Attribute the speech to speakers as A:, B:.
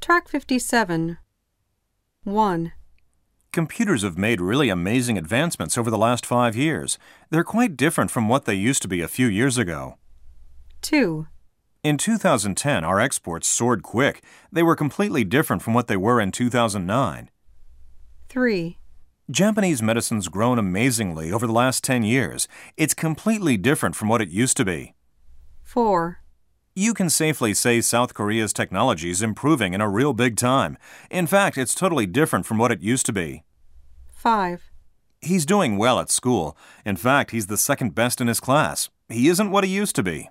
A: Track 57. 1,
B: Computers have made really amazing advancements over the last five years. They're quite different from what they used to be a few years ago.
A: 2,
B: In 2010, our exports soared quick. They were completely different from what they were in 2009.
A: 3,
B: Japanese medicine's grown amazingly over the last 10 years. It's completely different from what it used to be.
A: 4,
B: You can safely say South Korea's technology is improving in a real big time. In fact, it's totally different from what it used to be.
A: 5,
B: He's doing well at school. In fact, he's the second best in his class. He isn't what he used to be.